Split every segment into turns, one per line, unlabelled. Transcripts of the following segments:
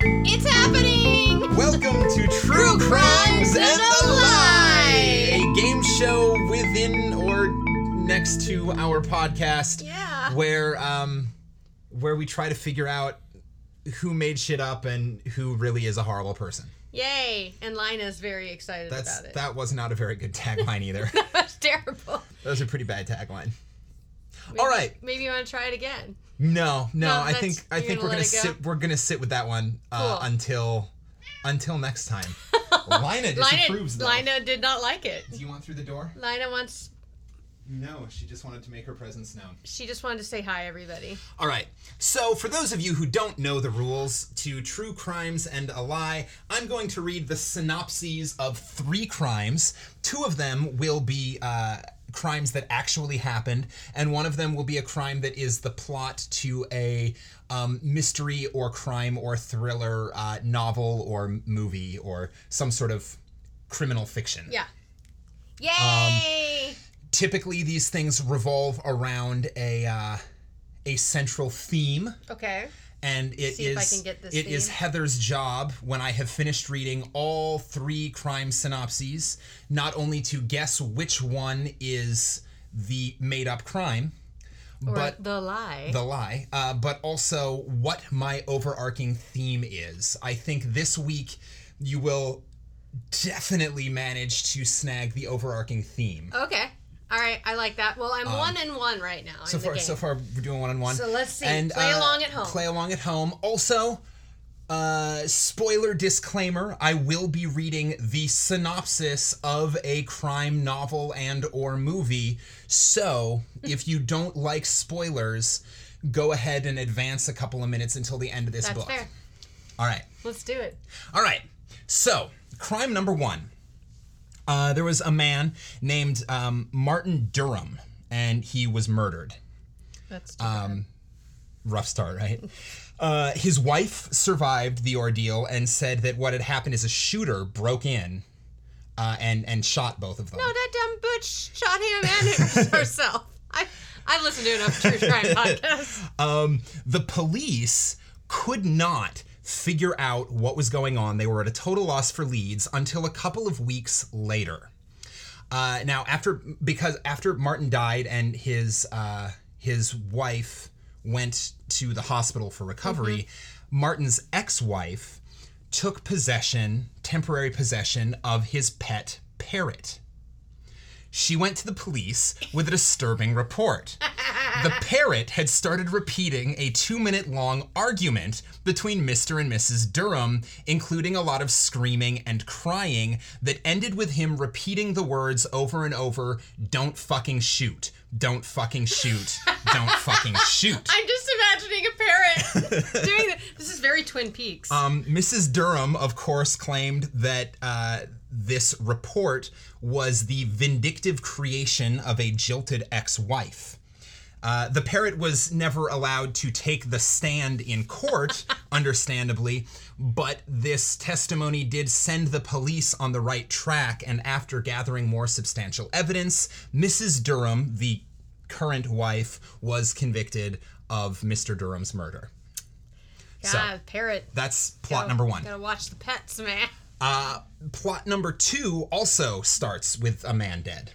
It's happening!
Welcome to True Crimes and the Lie, a game show within or next to our podcast,
Yeah.
where um, where we try to figure out who made shit up and who really is a horrible person.
Yay! And Lina's very excited
That's
about it.
that was not a very good tagline either.
That's terrible.
that was a pretty bad tagline.
Maybe,
All right.
Maybe you want to try it again.
No, no,
No,
I
that's-
think I
you're
think
gonna
we're gonna
let it go?
sit we're gonna sit with that one uh,
Cool.
until until next time. Lina
Lina,
disapproves though.
Lina did not like it.
Do you want through the door?
Lina wants,
No, she just wanted to make her presence known.
she just wanted to say hi, everybody.
All right. So, for those of you who don't know the rules to True Crimes and a Lie, I'm going to read the synopses of three crimes. Two of them will be uh, crimes that actually happened, and one of them will be a crime that is the plot to a um, mystery or crime or thriller uh, novel or movie or some sort of criminal fiction.
Yeah. Yay!
Um, Typically, these things revolve around a uh, a central theme.
okay.
and it is
See if I can get this
it is
theme.
Heather's job when I have finished reading all three crime synopses, not only to guess which one is the made up crime,
Or
but
the lie.
the lie, uh, but also what my overarching theme is. I think this week you will definitely manage to snag the overarching theme.
okay. All right. I like that. Well, I'm one and one right now.
Um, So
in the
far,
game.
so far, we're doing one on one.
So let's see. Play along at home.
Play along at home. Also, uh, spoiler disclaimer: I will be reading the synopsis of a crime novel and/or movie. So if you don't like spoilers, go ahead and advance a couple of minutes until the end of this
That's
book.
fair.
All right.
Let's do it.
All right. So, crime number one. Uh, there was a man named um, Martin Durham, and he was murdered.
That's too
Um,
bad.
rough start, right? Uh, his wife survived the ordeal and said that what had happened is a shooter broke in uh, and and shot both of them.
No, Oh, that dumb bitch shot him and herself. I, I've listened to enough true crime podcasts.
um, the police could not figure out what was going on. They were at a total loss for leads until a couple of weeks later. Uh, now, after because after Martin died and his uh, his wife went to the hospital for recovery, Martin's ex-wife took possession, temporary possession of his pet parrot. She went to the police with a disturbing report. The parrot had started repeating a two minute long argument between Mr. and Mrs. Durham, including a lot of screaming and crying that ended with him repeating the words over and over don't fucking shoot, don't fucking shoot, don't fucking shoot.
I'm just imagining a parrot doing this. This is very Twin Peaks.
Um, Mrs. Durham, of course, claimed that uh, this report was the vindictive creation of a jilted ex wife. Uh, the parrot was never allowed to take the stand in court, understandably, but this testimony did send the police on the right track. And after gathering more substantial evidence, Mrs. Durham, the current wife, was convicted of Mr. Durham's murder.
God, parrot.
That's plot number one.
Gotta watch the pets, man.
Uh, plot number two also starts with a man dead.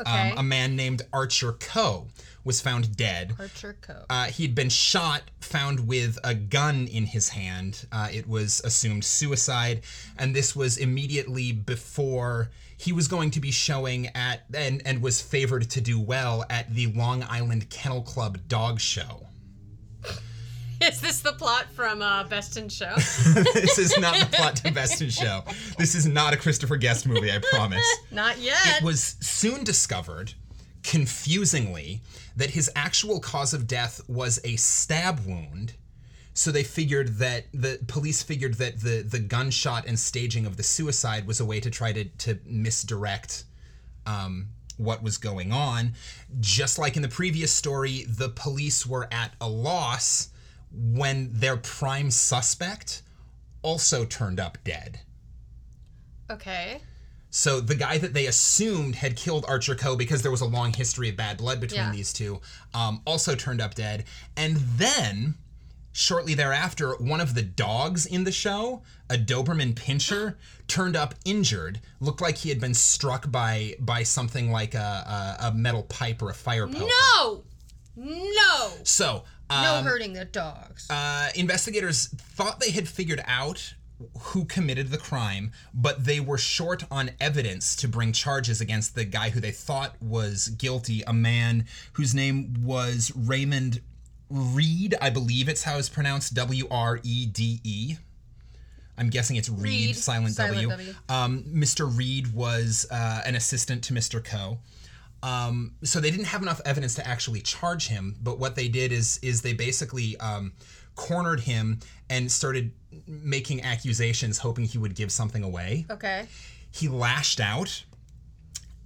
Okay.
Um, a man named Archer Coe was found dead.
Archer Co.
Uh, he'd been shot, found with a gun in his hand. Uh, it was assumed suicide, and this was immediately before he was going to be showing at and and was favored to do well at the Long Island Kennel Club dog show.
is this the plot from uh, Best in Show?
this is not the plot to Best in Show. This is not a Christopher Guest movie, I promise.
Not yet.
It was soon discovered, confusingly, that his actual cause of death was a stab wound. So they figured that the police figured that the the gunshot and staging of the suicide was a way to try to to misdirect um, what was going on. Just like in the previous story, the police were at a loss when their prime suspect also turned up dead.
okay.
So the guy that they assumed had killed Archer Coe because there was a long history of bad blood between
Yeah.
these two um, also turned up dead. And then shortly thereafter, one of the dogs in the show, a Doberman Pinscher, turned up injured. Looked like he had been struck by by something like a a, a metal pipe or a fire pellet.
No, no,
So. Uh,
No hurting the dogs.
uh, investigators thought they had figured out who committed the crime, but they were short on evidence to bring charges against the guy who they thought was guilty, a man whose name was Raymond Reed. I believe it's how it's pronounced W R E D E. I'm guessing it's Reed,
Reed,
silent,
silent
W.
W.
Um, Mr. Reed was uh, an assistant to Mr. Coe. Um, so they didn't have enough evidence to actually charge him, but what they did is is they basically um, cornered him and started making accusations, hoping he would give something away.
okay.
He lashed out,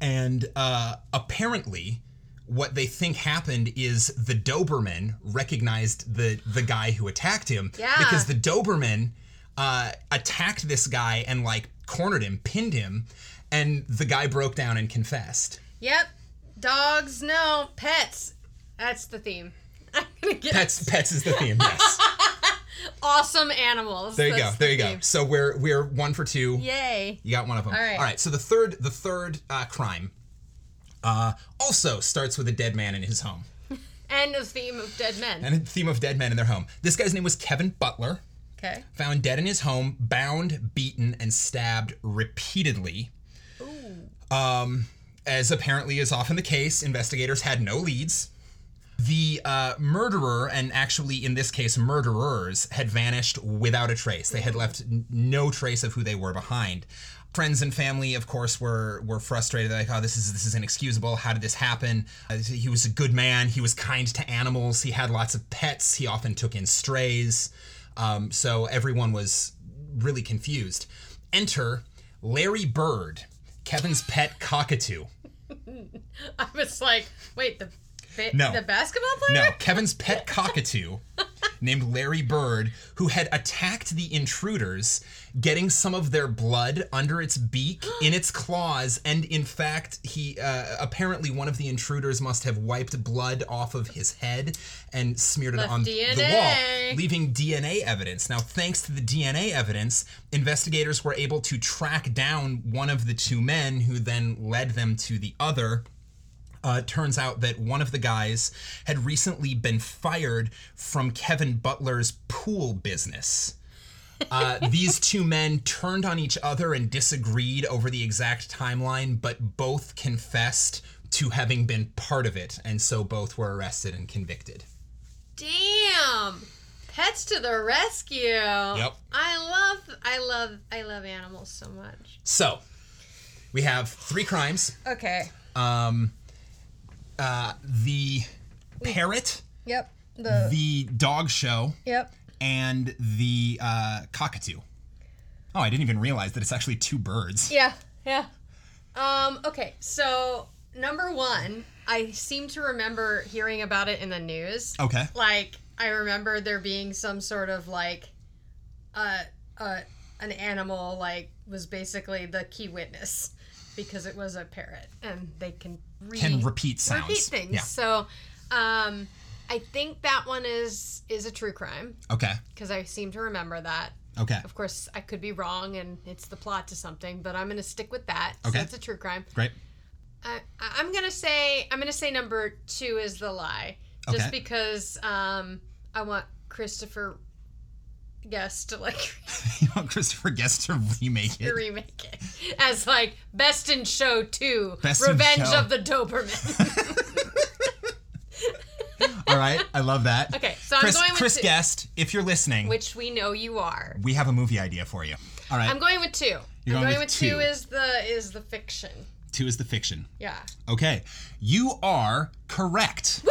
and uh, apparently, what they think happened is the Doberman recognized the the guy who attacked him
Yeah.
because the Doberman uh, attacked this guy and like cornered him, pinned him, and the guy broke down and confessed.
Yep. Dogs, no.
pets. That's the theme. I'm gonna get
Pets, pets is the theme. Yes,
awesome animals.
there you go,
That's
there
the
you go.
theme.
So we're we're one for two.
Yay.
You got one of them. All
right.
All right. So the third, the third uh, crime, uh, also starts with a dead man in his home,
And the theme of dead men.
and a theme of dead men in their home. This guy's name was Kevin Butler,
Okay.
found dead in his home, bound, beaten, and stabbed repeatedly. Um, as apparently is often the case, investigators had no leads. The uh, murderer, and actually in this case, murderers, had vanished without a trace. They had left n- no trace of who they were behind. Friends and family, of course, were were frustrated. They're like, "Oh, this is this is inexcusable. How did this happen? Uh, he was a good man. He was kind to animals. He had lots of pets. He often took in strays." Um, so everyone was really confused. Enter Larry Bird, Kevin's pet cockatoo.
I was like, wait, the ba-
No.
the basketball player?
No, Kevin's pet cockatoo named Larry Bird, who had attacked the intruders, getting some of their blood under its beak, in its claws, and in fact, he uh, apparently one of the intruders must have wiped blood off of his head and smeared it
Left
on the
DNA.
wall, leaving DNA evidence. Now, thanks to the DNA evidence, investigators were able to track down one of the two men who then led them to the other. Uh, it turns out that one of the guys had recently been fired from Kevin Butler's pool business. Uh, these two men turned on each other and disagreed over the exact timeline, but both confessed to having been part of it, and so both were arrested and convicted.
Damn. Pets to the rescue. Yep. I love I love I love animals so much.
So, we have three crimes.
Okay.
Um, uh, the parrot,
Yep. The.
the dog show,
yep.
and the uh, cockatoo. Oh, I didn't even realize that it's actually two birds.
Yeah. Yeah.
Um, okay, so number one, I seem to remember hearing about it in the news.
Okay.
Like, I remember there being some sort of like uh uh an animal like was basically the key witness because it was a parrot and they can read
Can repeat sounds.
repeat things. So, um, I think that one is is a true crime
Yeah. Okay.
because I seem to remember that.
Okay.
Of course, I could be wrong, and it's the plot to something, but I'm going to stick with that.
Okay.
So it's a true crime.
Great.
I, I- I'm going to say I'm going to say number two is the lie, just
Okay.
because um, I want Christopher Guest to like
you want Christopher Guest to remake it?
remake it as like Best in Show Two,
Best in
Revenge
Show.
of the Doberman.
All right. I love that.
Okay, so I'm
Chris,
going with
Chris
two.
Guest, if you're listening,
which we know you are.
we have a movie idea for you. All right.
I'm going with 2
You're
I'm
going
going
with
with two.
two.
is the is the fiction.
Two is the fiction.
Yeah.
Okay. You are correct.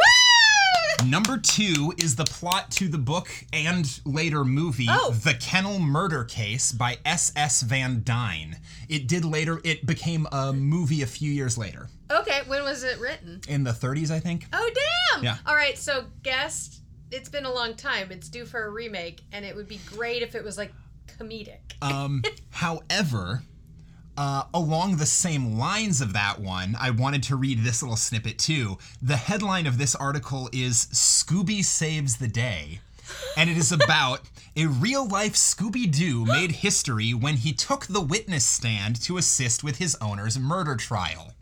Number two is the plot to the book and later movie,
Oh.
The Kennel Murder Case by S.S. Van Dyne. It did later, it became a movie a few years later.
Okay, when was it written?
In the 30s, I think.
Oh damn.
Yeah.
All right, so guest it's been a long time. It's due for a remake and it would be great if it was like comedic.
Um, however, Uh, along the same lines of that one, I wanted to read this little snippet too. The headline of this article is Scooby Saves the Day. And it is about a real life Scooby Doo made history when he took the witness stand to assist with his owner's murder trial.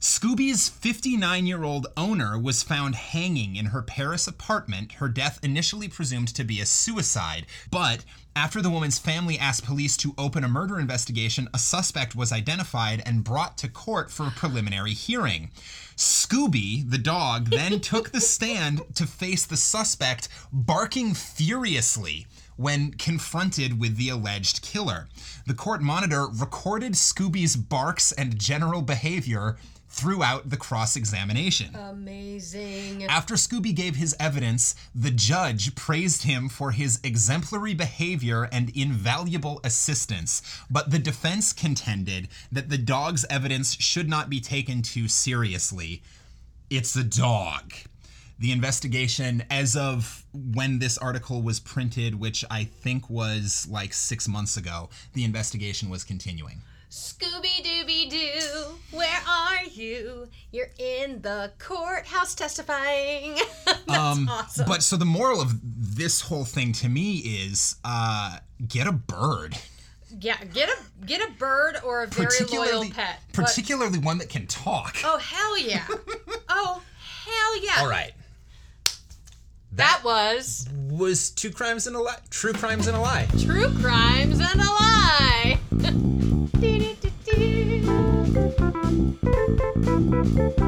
Scooby's 59 year old owner was found hanging in her Paris apartment, her death initially presumed to be a suicide. But after the woman's family asked police to open a murder investigation, a suspect was identified and brought to court for a preliminary hearing. Scooby, the dog, then took the stand to face the suspect, barking furiously when confronted with the alleged killer. The court monitor recorded Scooby's barks and general behavior throughout the cross examination.
Um, Amazing.
After Scooby gave his evidence, the judge praised him for his exemplary behavior and invaluable assistance, but the defense contended that the dog's evidence should not be taken too seriously. It's a dog. The investigation, as of when this article was printed, which I think was like six months ago, the investigation was continuing.
Scooby Dooby Doo, where are you? You're in the courthouse testifying. That's awesome.
But so the moral of this whole thing to me is uh, get a bird,
Yeah, get a get a bird or a very loyal pet. But-
particularly one that can talk.
oh hell yeah! oh hell yeah!
All right,
That was
was two crimes and a lie, true crimes and a lie.
true crimes and a lie.